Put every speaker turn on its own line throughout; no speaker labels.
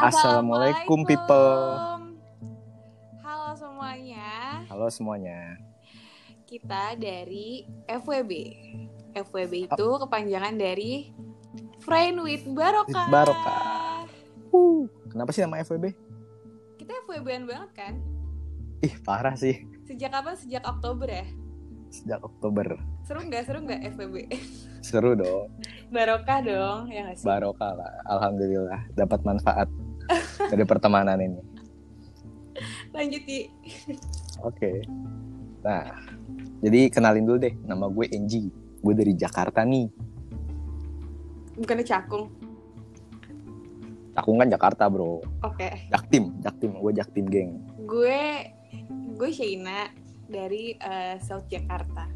Assalamualaikum, people.
Halo semuanya,
Halo semuanya.
kita dari FWB. FWB
Oh.
itu kepanjangan dari Friend with Barokah.
With Barokah. Wuh, Kenapa sih nama FWB?
Kita FWB-an banget kan?
Ih, parah sih.
Sejak kapan? Sejak Oktober ya?
Sejak Oktober.
Seru nggak? Seru nggak FWB?
Seru dong.
Barokah dong, ya nggak sih?
Barokah lah. Alhamdulillah. Dapat manfaat dari pertemanan ini.
Lanjut di
Oke. Nah, jadi kenalin dulu deh. Nama gue Enji. Gue dari Jakarta nih.
bukannya cakung.
Aku kan Jakarta, bro.
Oke,
Jaktim. Jaktim. Gue Jaktim, geng.
gue gue Sheina dari eh, South Jakarta.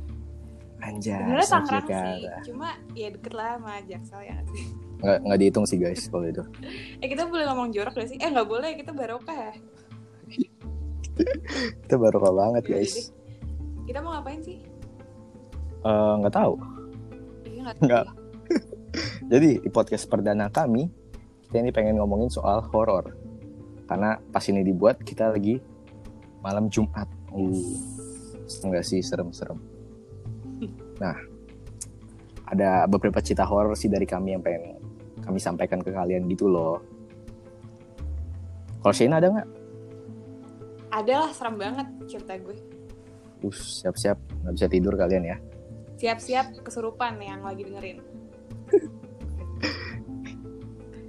Anjay.
Sebenarnya
Ya, South
Tangerang sih,
Jakarta.
cuma ya deket lah sama Jaksel ya. nggak sih?
Nggak, nggak dihitung sih, guys, kalau itu.
Eh kita boleh ngomong jorok gak sih? Eh nggak boleh, kita barokah ya.
Itu barokah banget,
Iya,
guys.
jadi- Kita mau ngapain sih?
Eh, Nggak tahu.
Iya nggak.
Nggak. Jadi di podcast perdana kami kita ini pengen ngomongin soal horor karena pas ini dibuat kita lagi malam Jumat. Uh, enggak sih serem-serem. Nah, ada beberapa cerita horor sih dari kami yang pengen kami sampaikan ke kalian gitu loh. Kalau Shayna ada nggak?
Adalah serem banget cerita gue.
Uh, siap-siap nggak bisa tidur kalian ya.
Siap-siap kesurupan yang lagi dengerin.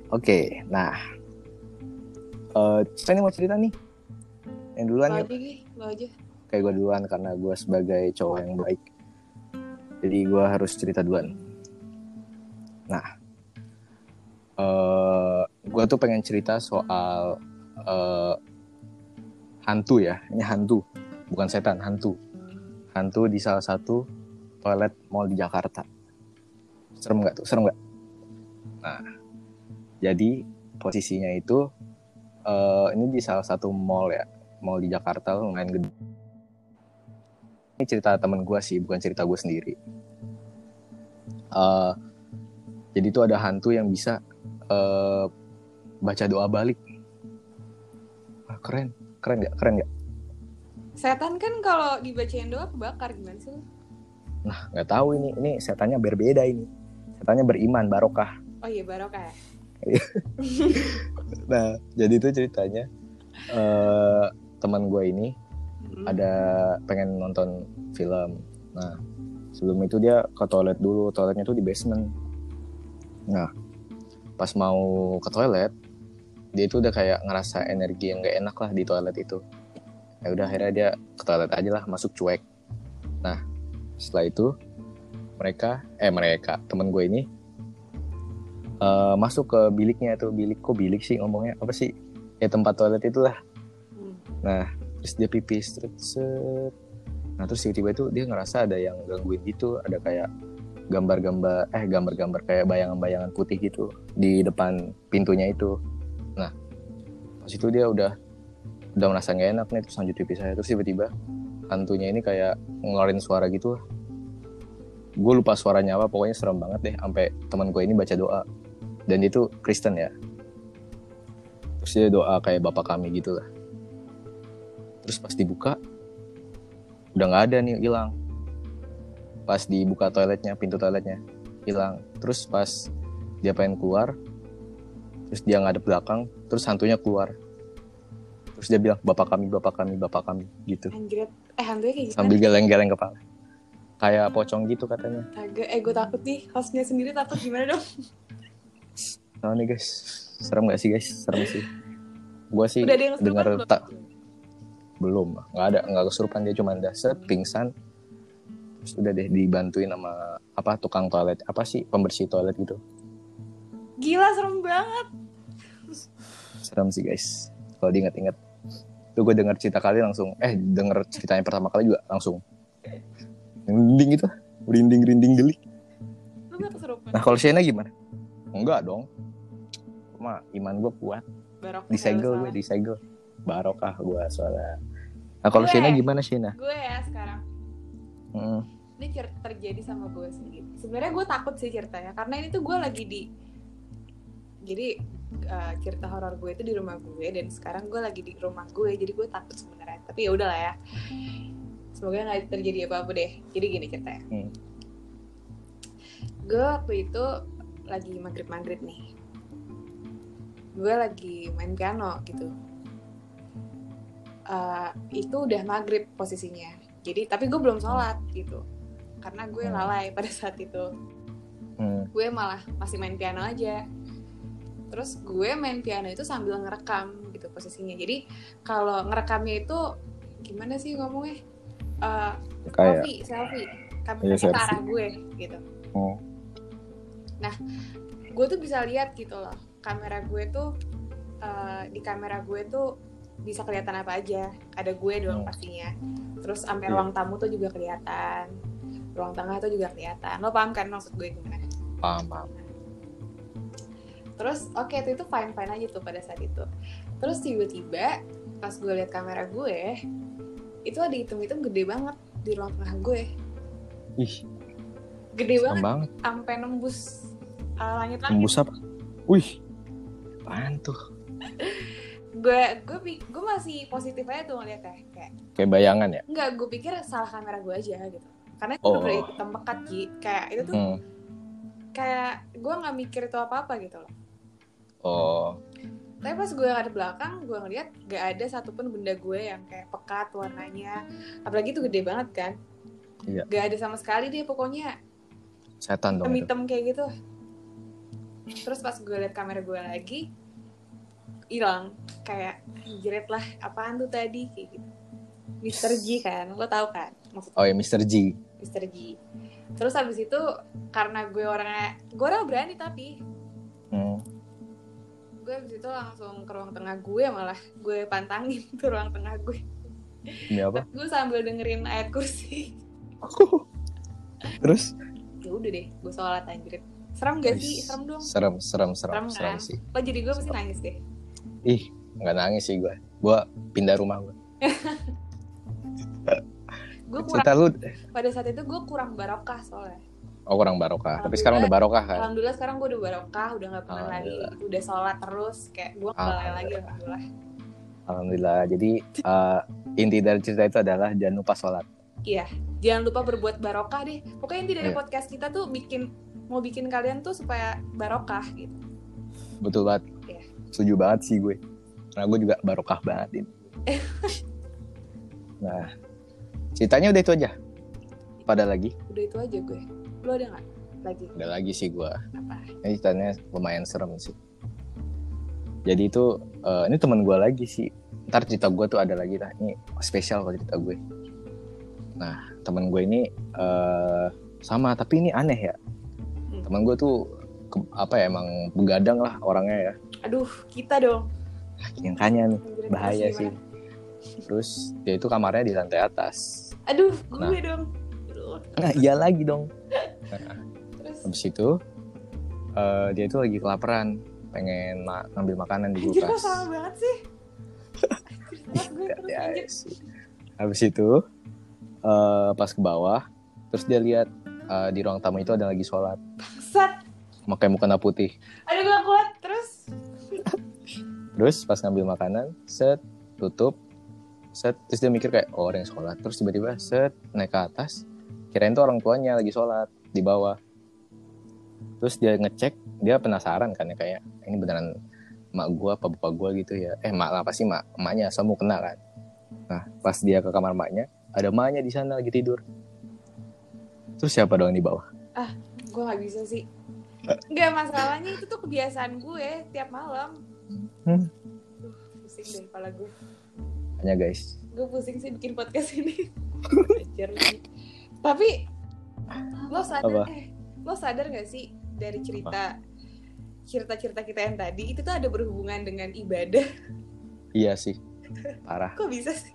Oke, nah, eh siapa yang mau cerita nih? Yang duluan
Lo
yuk.
aja Gi, lo aja.
kayak gue duluan karena gue sebagai cowok yang baik jadi gue harus cerita duluan nah eh gue tuh pengen cerita soal eh hantu ya ini hantu bukan setan hantu hantu di salah satu toilet mall di Jakarta serem nggak tuh serem nggak nah jadi posisinya itu eh ini di salah satu mall ya mall di Jakarta lumayan gede ini cerita temen gue sih bukan cerita gue sendiri Eh, jadi tuh ada hantu yang bisa eh, baca doa balik Wah, keren keren nggak keren nggak
Setan kan kalau dibacain doa kebakar gimana sih? lu?
nah nggak tahu ini ini setannya berbeda ini setannya beriman barokah
Oh iya barokah ya.
nah jadi itu ceritanya eh teman gue ini
Hmm.
ada pengen nonton film. Nah, sebelum itu dia ke toilet dulu. Toiletnya tuh di basement. Nah, pas mau ke toilet, dia itu udah kayak ngerasa energi yang gak enak lah di toilet itu. Ya udah akhirnya dia ke toilet aja lah, masuk cuek. Nah, setelah itu mereka eh mereka temen gue ini eh, masuk ke biliknya itu bilik kok bilik sih ngomongnya apa sih ya tempat toilet itulah
Hmm.
terus dia pipis terus set. nah terus tiba-tiba itu dia ngerasa ada yang gangguin gitu ada kayak gambar-gambar eh gambar-gambar kayak bayangan-bayangan putih gitu di depan pintunya itu nah pas itu dia udah udah merasa nggak enak nih terus lanjut pipis saya terus tiba-tiba hantunya ini kayak ngeluarin suara gitu gue lupa suaranya apa pokoknya serem banget deh sampai teman gue ini baca doa dan itu Kristen ya terus dia doa kayak bapak kami gitu lah terus pas dibuka udah nggak ada nih hilang pas dibuka toiletnya pintu toiletnya hilang terus pas dia pengen keluar terus dia ngadep belakang terus hantunya keluar terus dia bilang bapak kami bapak kami bapak kami gitu
Anjrit. Eh hantunya kayak gimana?
sambil geleng-geleng kepala kayak pocong gitu katanya
Astaga, eh gue takut nih, hostnya sendiri takut gimana dong?
nah nih guys serem gak sih guys serem sih gue sih
Udah ada yang
dengar
kesurupan belum?
tak belum nggak ada nggak kesurupan dia cuma dasar pingsan terus udah deh dibantuin sama apa tukang toilet apa sih pembersih toilet gitu
Gila serem banget.
serem sih guys kalau diinget-inget tuh gue denger cerita kali langsung eh denger ceritanya pertama kali juga langsung merinding gitu merinding rinding gelik
Lu gak kesurupan?
nah kalau Shena gimana enggak dong cuma iman gue kuat
Barokah.
disegel
kalau
gue
salah.
disegel barokah gue soalnya nah kalau
Gue.
Shena gimana Shena
Gue ya sekarang.
Hmm,
ini cer- terjadi sama gue sendiri. Sebenarnya gue takut sih ceritanya karena ini tuh gue lagi di jadi eh, cerita horor gue itu di rumah gue dan sekarang gue lagi di rumah gue jadi gue takut sebenarnya tapi ya udahlah ya semoga nggak terjadi apa apa deh jadi gini ceritanya
Hmm.
gue waktu itu lagi maghrib maghrib nih gue lagi main piano gitu Eh, itu udah maghrib posisinya jadi tapi gue belum sholat gitu karena gue
Hmm.
lalai pada saat itu
Hmm.
gue malah masih main piano aja terus gue main piano itu sambil ngerekam gitu posisinya jadi kalau ngerekamnya itu gimana sih ngomongnya Eh,
Kayak
selfie selfie
Iya,
kameranya ke
selfie.
arah gue gitu
oh,
gue tuh bisa lihat gitu loh kamera gue tuh eh, di kamera gue tuh bisa kelihatan apa aja ada gue doang
Hmm.
pastinya terus sampai
Iya.
ruang tamu tuh juga kelihatan ruang tengah tuh juga kelihatan lo paham kan maksud gue gimana
paham paham.
Terus oke itu itu fine fine aja tuh pada saat itu. Terus tiba-tiba pas gue lihat kamera gue itu ada hitam-hitam gede banget di ruang tengah gue.
Ih,
Gede
serem
banget
banget.
sampai nembus uh, langit-langit.
Nembus apa? Wih, apaan tuh?
Gue gue pi- gue masih positif aja tuh ngeliatnya kayak
Kayak bayangan ya?
enggak gue pikir salah kamera gue aja gitu. Karena itu
Oh.
udah hitam pekat Ji. Kayak itu tuh
Hmm.
kayak gue nggak mikir itu apa-apa gitu loh.
Oh,
Tapi pas gue ada belakang, gue ngeliat gak ada satupun benda gue yang kayak pekat warnanya. Apalagi itu gede banget kan.
Iya.
Gak ada sama sekali deh pokoknya
setan dong itu.
hitam-hitam kayak gitu. Terus pas gue liat kamera gue lagi, hilang. Kayak jeret lah, apaan tuh tadi kayak gitu. Mr. G kan, lo tau kan? Maksud
Oh ya, Mr. G.
Mr. G. Terus habis itu karena gue orangnya, gue orang berani tapi
Hmm.
gue abis itu langsung ke ruang tengah gue malah gue pantangin ke ruang tengah gue
Demi apa?
Tapi gue sambil dengerin ayat kursi
Terus?
ya udah deh gue sholat anjir serem gak sih
Wih,
serem dong
Serem, serem, serem,
Serem
serem
kan?
sih.
lo jadi gue pasti nangis deh
Ih, nggak nangis sih gue. Gue pindah rumah gue.
gue kurang
Cerita lu,
pada saat itu gue kurang barokah soalnya
oh kurang barokah. Tapi
Alhamdulillah.
sekarang udah barokah kan?
alhamdulillah sekarang gue udah barokah udah nggak pernah lagi
Alhamdulillah.
udah sholat terus kayak gue nggak lalai lagi alhamdulillah
Alhamdulillah. Jadi eh, inti dari cerita itu adalah jangan lupa sholat.
jangan lupa berbuat barokah deh pokoknya inti dari
Iya.
podcast kita tuh bikin mau bikin kalian tuh supaya barokah gitu
Betul banget.
Iya.
Setuju banget sih gue. Karena gue juga barokah banget ini. nah, ceritanya udah itu aja. Pada lagi,
udah itu aja gue lo ada nggak lagi
ada lagi sih gue.
apa
Ini ceritanya lumayan serem sih. Jadi itu eh, ini teman gue lagi sih. Ntar cerita gue tuh ada lagi lah. Ini spesial kalau cerita gue. Nah teman gue ini eh, sama tapi ini aneh ya.
Hmm.
Teman gue tuh ke- apa ya emang begadang lah orangnya ya.
aduh kita dong
Yang kanya nih
Anjir,
bahaya
terus
sih.
gimana?
Terus dia itu kamarnya di lantai atas.
Aduh, gue dong. Aduh,
Nah iya lagi dong.
Terus
Habis itu eh, dia itu lagi kelaparan pengen ma- ngambil makanan di
anjir lo
kulkas.
sama banget sih. Anjir, sama gue terus
ya,
anjir.
sih. habis itu eh, pas ke bawah terus dia lihat eh, di ruang tamu itu ada lagi sholat
Bangsat.
pakai mukena putih
Aduh, gue gak kuat. Terus
terus pas ngambil makanan set tutup set terus dia mikir kayak oh, orang yang sholat terus tiba-tiba set naik ke atas kirain tuh orang tuanya lagi sholat di bawah terus dia ngecek dia penasaran kan ya kayak ini beneran mak gua apa bapak gua gitu ya eh mak lah pasti mak emaknya semua kena kan nah pas dia ke kamar maknya ada maknya di sana lagi tidur terus siapa dong yang di bawah
gue gak bisa sih. Enggak masalahnya itu tuh kebiasaan gue tiap malam.
Hmm.
Aduh, pusing deh kepala gue.
hanya guys
Gue pusing sih bikin podcast ini. Anjir lagi. Tapi lo sadar
Apa?
eh, lo sadar gak sih dari cerita cerita-cerita kita yang tadi itu tuh ada berhubungan dengan ibadah.
iya sih parah
Kok bisa sih?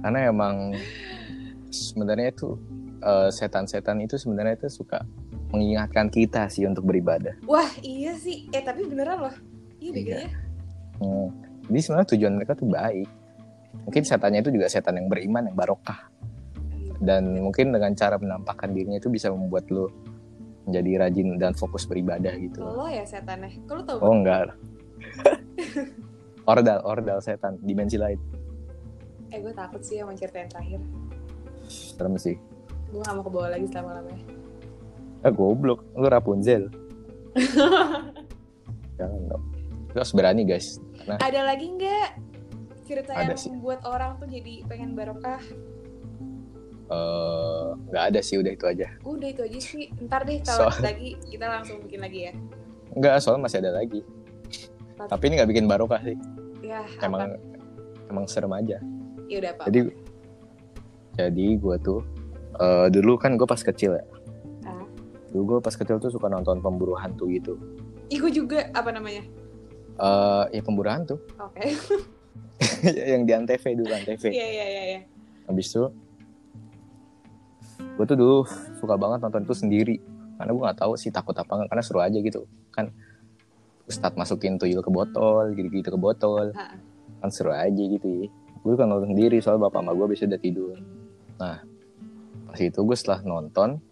karena emang sebenarnya itu eh, setan-setan itu sebenarnya itu suka mengingatkan kita sih untuk beribadah.
Wah iya sih, eh tapi beneran loh. Iya deh
Iya.
kayaknya.
Hmm. Jadi sebenarnya tujuan mereka tuh baik. Mungkin setannya itu juga setan yang beriman, yang barokah. Dan mungkin dengan cara menampakkan dirinya itu bisa membuat lo jadi rajin dan fokus beribadah gitu
Lo ya setannya. Kalau tau
oh enggak ordal ordal setan dimensi lain
eh gue takut sih sama cerita yang terakhir.
serem sih
Gue gak mau ke bawah lagi
Nah.
selama-lamanya.
ah goblok lu Rapunzel jangan dong lu harus berani guys karena
Ada lagi nggak cerita
Ada
yang
sih.
membuat orang tuh jadi pengen barokah?
eh, nggak ada sih udah itu aja
Udah itu aja sih. Ntar deh
So-
kalau ada lagi kita langsung bikin lagi ya.
nggak soalnya masih ada lagi tapi ini nggak bikin barokah sih
Ya,
emang emang serem aja
Ya udah apa?
jadi jadi gue tuh eh, dulu kan gue pas kecil ya
Ah.
dulu gue pas kecil tuh suka nonton pemburu hantu gitu
Ih, gue juga apa namanya?
eh ya pemburu hantu
Oke.
yang di antv dulu antv
Iya, iya, iya, iya.
habis itu gue tuh dulu suka banget nonton itu sendiri karena gue nggak tahu sih takut apa nggak karena seru aja gitu kan Ustadz masukin tuyul ke botol gitu-gitu ke botol
Ha.
kan seru aja gitu ya gue kan nonton sendiri soal bapak sama gue biasanya udah tidur nah pas itu gue setelah nonton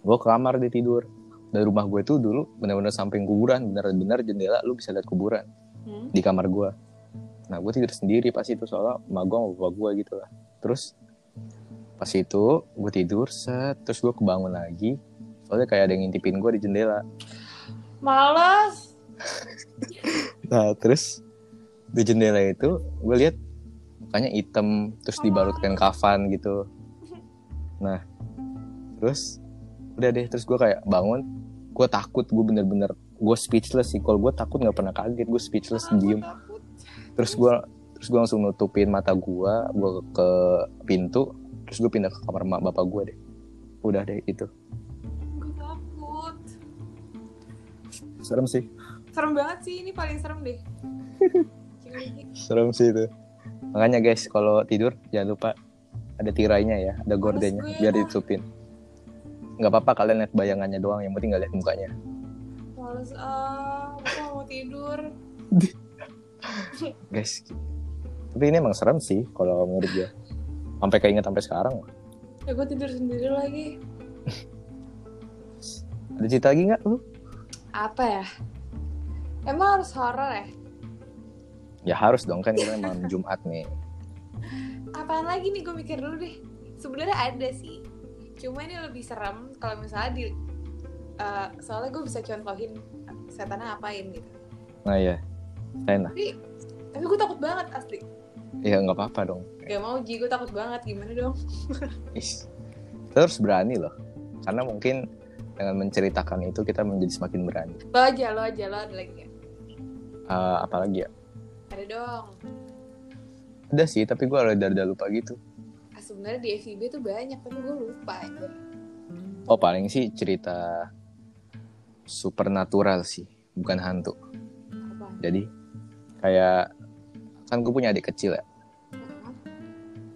gue ke kamar dia tidur dan rumah gue tuh dulu bener-bener samping kuburan bener-bener jendela lu bisa lihat kuburan
Hmm.
di kamar gue nah gue tidur sendiri pas itu soalnya emak gue sama bapak gue gitu lah terus pas itu gue tidur set terus gue kebangun lagi soalnya kayak ada yang ngintipin gue di jendela
Males.
nah terus di jendela itu gue lihat mukanya hitam terus dibalut kain kafan gitu nah terus udah deh terus gue kayak bangun gue takut gue bener-bener gue speechless sih kalau gue takut nggak pernah kaget gue speechless
Ah, gua
diem
takut.
terus gue terus gue langsung nutupin mata gue gue ke pintu terus gue pindah ke kamar mak bapak gue deh udah deh itu
Gue takut.
serem sih
Serem banget sih, ini paling serem deh. Cinggi.
serem sih itu makanya guys kalau tidur jangan lupa ada tirainya ya ada gordennya
gue
biar
lah.
ditutupin nggak apa-apa kalian lihat bayangannya doang yang penting nggak lihat mukanya
Males ah, gue mau tidur.
guys tapi ini emang serem sih kalau menurut gue sampai keinget sampai sekarang
Ya gue tidur sendiri lagi.
ada cerita lagi nggak lu
Apa ya? Emang harus horor ya?
ya harus dong kan kita emang Jumat nih
Apaan lagi nih gue mikir dulu deh. Sebenarnya ada sih. Cuma ini lebih serem kalau misalnya di eh, soalnya gue bisa contohin setannya apain gitu.
nah ya Sena
Tapi gue takut banget asli.
ya nggak apa-apa dong
Gak mau Ji, gue takut banget. Gimana dong?
Is. Kita harus berani loh. Karena mungkin dengan menceritakan itu kita menjadi semakin berani.
Lo aja, lo aja, lo ada lagi gak?
Eh, apalagi ya?
Ada dong.
Ada sih, tapi gue udah udah lupa gitu.
Ah, sebenarnya di FIB tuh banyak, tapi gue lupa. Ya.
Oh paling sih cerita supernatural sih, bukan hantu.
Apa?
Jadi kayak kan gue punya adik kecil ya.
Heeh.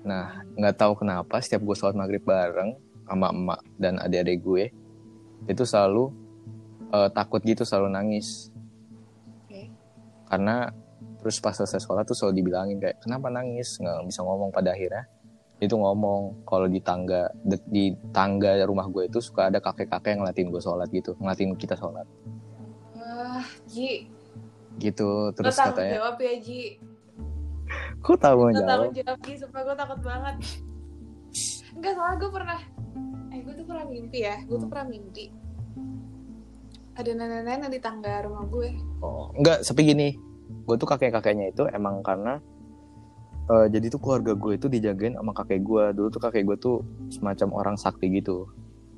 Nah nggak tahu kenapa setiap gue sholat maghrib bareng sama emak dan adik-adik gue itu selalu eh, takut gitu, selalu nangis.
Oke.
karena terus pas selesai sekolah tuh selalu dibilangin kayak kenapa nangis nggak bisa ngomong pada akhirnya itu ngomong kalau di tangga de- di tangga rumah gue itu suka ada kakek-kakek yang ngeliatin gue sholat gitu ngeliatin kita sholat
Wah, Ji.
gitu terus
lo tanggung
katanya
jawab ya, Ji.
kok tahu
Lo
jawab
tanggung jawab, Ji. Sumpah gue takut banget. Enggak, soalnya gue pernah... Eh, gue tuh pernah mimpi ya. Gue tuh pernah mimpi. Ada nenek-nenek di tangga rumah gue.
oh nggak tapi gini gue tuh kakek-kakeknya itu emang karena eh, jadi tuh keluarga gue itu dijagain sama kakek gue dulu tuh kakek gue tuh semacam orang sakti gitu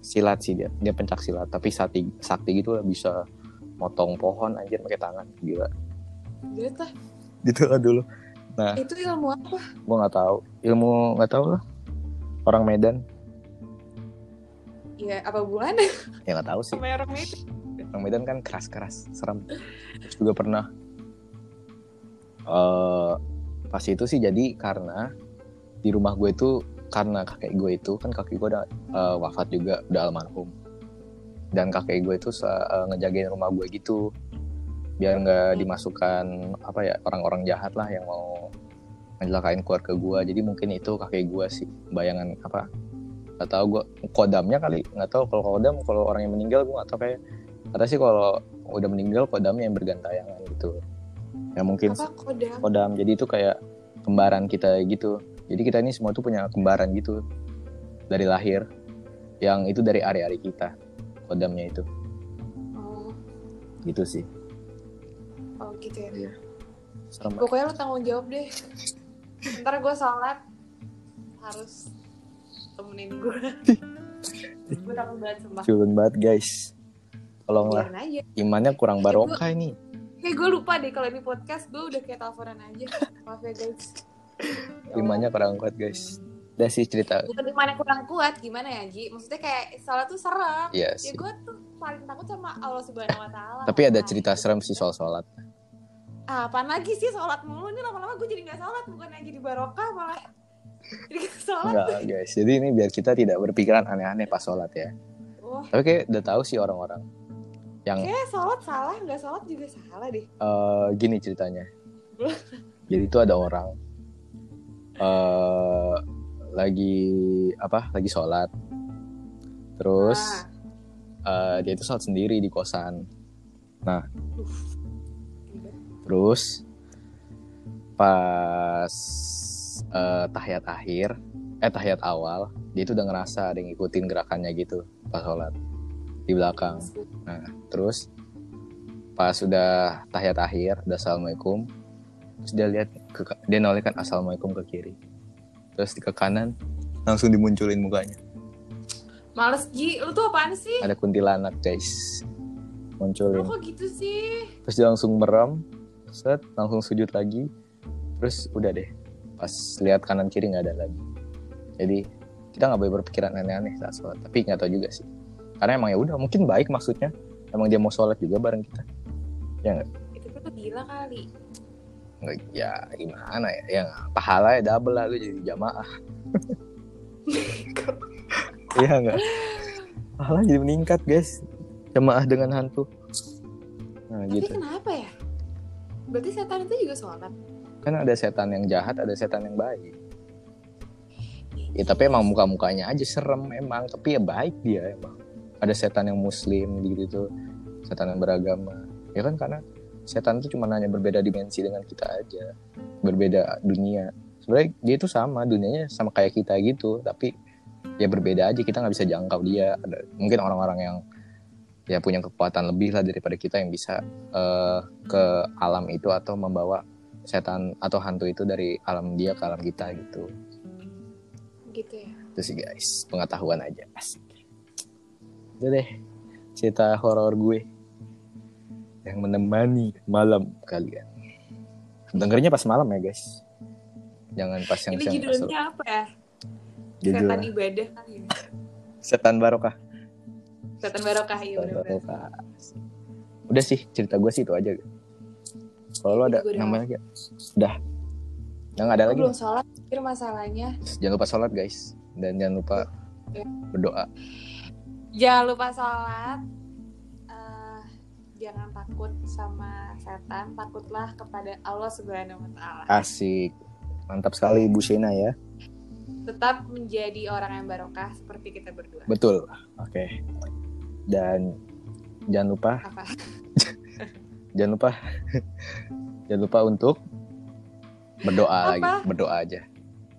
silat sih dia dia pencak silat tapi sakti sakti gitu lah bisa motong pohon anjir pakai tangan gila
Gitu lah.
gitu lah dulu
Itu ilmu apa?
gue nggak tahu ilmu nggak tahu lah orang Medan
Ya, apa bulan?
ya nggak tahu sih
Sama orang itu.
orang Medan kan keras keras serem terus juga pernah eh pas itu sih jadi karena di rumah gue itu karena kakek gue itu kan kakek gue udah eh, wafat juga udah almarhum dan kakek gue itu se- eh, ngejagain rumah gue gitu biar nggak dimasukkan apa ya orang-orang jahat lah yang mau mencelakain keluarga gue jadi mungkin itu kakek gue sih bayangan apa nggak tahu gue kodamnya kali nggak tahu kalau kodam kalau orang yang meninggal gue nggak tahu kayak kata sih kalau udah meninggal kodamnya yang bergantayangan gitu ya mungkin
apa kodam
kodam jadi itu kayak kembaran kita gitu jadi kita ini semua tuh punya kembaran gitu dari lahir yang itu dari ari-ari kita kodamnya itu
oh,
gitu sih
oh gitu ya
serem
pokoknya lo tanggung jawab deh ntar gue sholat harus temenin gue gue takut banget sumpah
culun banget guys tolonglah
Biarin aja
imannya
Iya,
kurang
gua-
barokah ini
Kayak gue lupa deh kalau ini podcast gue udah kayak teleponan aja. Maaf ya guys.
imannya kurang kuat guys udah sih cerita
Bukan gimana kurang kuat, gimana ya Ji? Maksudnya kayak soalnya tuh serem.
Iya
Ya
sih
gue tuh paling takut sama Allah Subhanahu Wa Taala.
tapi ada cerita serem sih soal sholat
Ah, apaan lagi sih sholat mulu ini lama-lama gue jadi nggak sholat bukan yang jadi barokah malah jadi nggak sholat.
enggak guys jadi ini biar kita tidak berpikiran aneh-aneh pas sholat ya
Wah,
tapi kayak udah tahu sih orang-orang yang
kayak sholat salah nggak sholat juga salah deh.
eh, gini ceritanya
Belum.
jadi itu ada orang eh lagi apa lagi sholat terus
Ah.
eh, dia itu sholat sendiri di kosan
Duh.
terus pas eh, tahiyat akhir eh tahiyat awal dia itu udah ngerasa ada yang ngikutin gerakannya gitu pas sholat di belakang terus pas sudah tahiyat akhir udah assalamualaikum terus dia lihat ke, dia noleh kan assalamualaikum ke kiri terus ke kanan langsung dimunculin mukanya
Males Ji, lu tuh apaan sih?
ada kuntilanak guys
Lu
munculin
kok gitu sih?
terus dia langsung merem set langsung sujud lagi terus udah deh pas lihat kanan kiri nggak ada lagi jadi kita nggak boleh berpikiran aneh-aneh saat sholat tapi nggak tahu juga sih karena emang ya udah mungkin baik maksudnya emang dia mau sholat juga bareng kita
Itu tuh gila kali.
Nggak- ya gimana ya ya nggak, pahalanya double lah lu jadi jamaah iya nggak pahala jadi meningkat guys jamaah dengan hantu nah
Tapi
gitu
kenapa ya? Berarti setan itu juga sholat.
kan ada setan yang jahat ada setan yang baik ya tapi emang muka mukanya aja serem emang tapi ya baik dia emang ada setan yang muslim gitu gitu setan yang beragama ya kan karena setan itu cuma hanya berbeda dimensi dengan kita aja berbeda dunia sebenarnya dia itu sama dunianya sama kayak kita gitu tapi ya berbeda aja kita nggak bisa jangkau dia ada mungkin orang-orang yang ya punya kekuatan lebih lah daripada kita yang bisa eh, ke alam itu atau membawa setan atau hantu itu dari alam dia ke alam kita gitu
Gitu ya.
itu sih guys pengetahuan aja asik udah deh cerita horor gue yang menemani malam kalian dengernya pas malam ya guys jangan pas yang
Ini
siang
judulnya apa ya?
judul
Setan ibadah kali ya.
setan barokah
Setan barokah ya
setan
bener-bener.
barokah udah sih cerita gue sih itu aja kalau lo ada
Ini gue udah
namanya lagi udah yang ada
Gue
lagi
belum sholat, pikir masalahnya.
jangan lupa sholat guys dan jangan lupa
Ya.
berdoa
Jangan lupa sholat. Eh, jangan takut sama setan. Takutlah kepada Allah Subhanahu Wa Taala.
Ah. asik mantap sekali Bu Shena ya
Tetap menjadi orang yang barokah seperti kita berdua.
Betul. Oke. Dan jangan lupa
Apa?
jangan lupa jangan lupa untuk berdoa lagi,
Apa?
berdoa aja.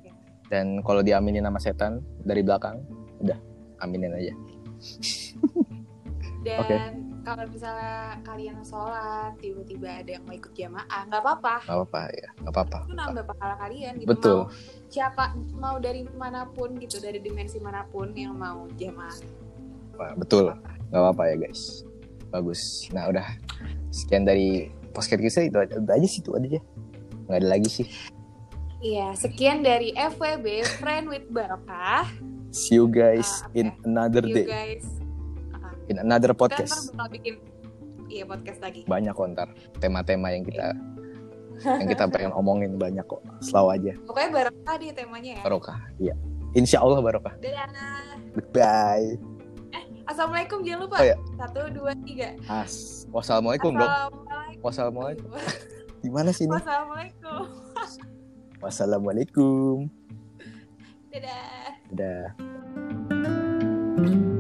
Ya.
Dan kalau diaminin nama setan dari belakang, udah aminin aja.
Dan
Oke.
kalau misalnya kalian sholat, tiba-tiba ada yang mau ikut jamaah, nggak apa-apa.
Gak apa-apa ya, gak apa-apa.
Itu nambah pahala kalian. Gitu.
Betul.
Mau siapa mau dari manapun gitu, dari dimensi manapun yang mau jamaah.
Wah, betul. Gak apa-apa ya guys. Bagus. Nah udah sekian dari podcast kita itu aja, udah aja sih itu aja. Gak ada lagi sih.
Iya, sekian dari FWB Friend with Barokah.
See you guys
Ah, oke.
in another
You
day,
guys.
in
Kita
another
ntar
podcast.
bakal bikin iya podcast lagi.
banyak kok ntar tema-tema yang kita yang kita pengen omongin banyak kok selalu aja
Pokoknya Barokah deh temanya ya.
barokah iya insya Allah barokah
Dadah.
goodbye
Assalamualaikum jangan lupa.
Oh, iya.
Satu, dua, tiga.
as wassalamualaikum dong
Assalamualaikum.
wassalamualaikum gimana sih ini
Assalamualaikum.
wassalamualaikum
Dadah.
dadah Thank you.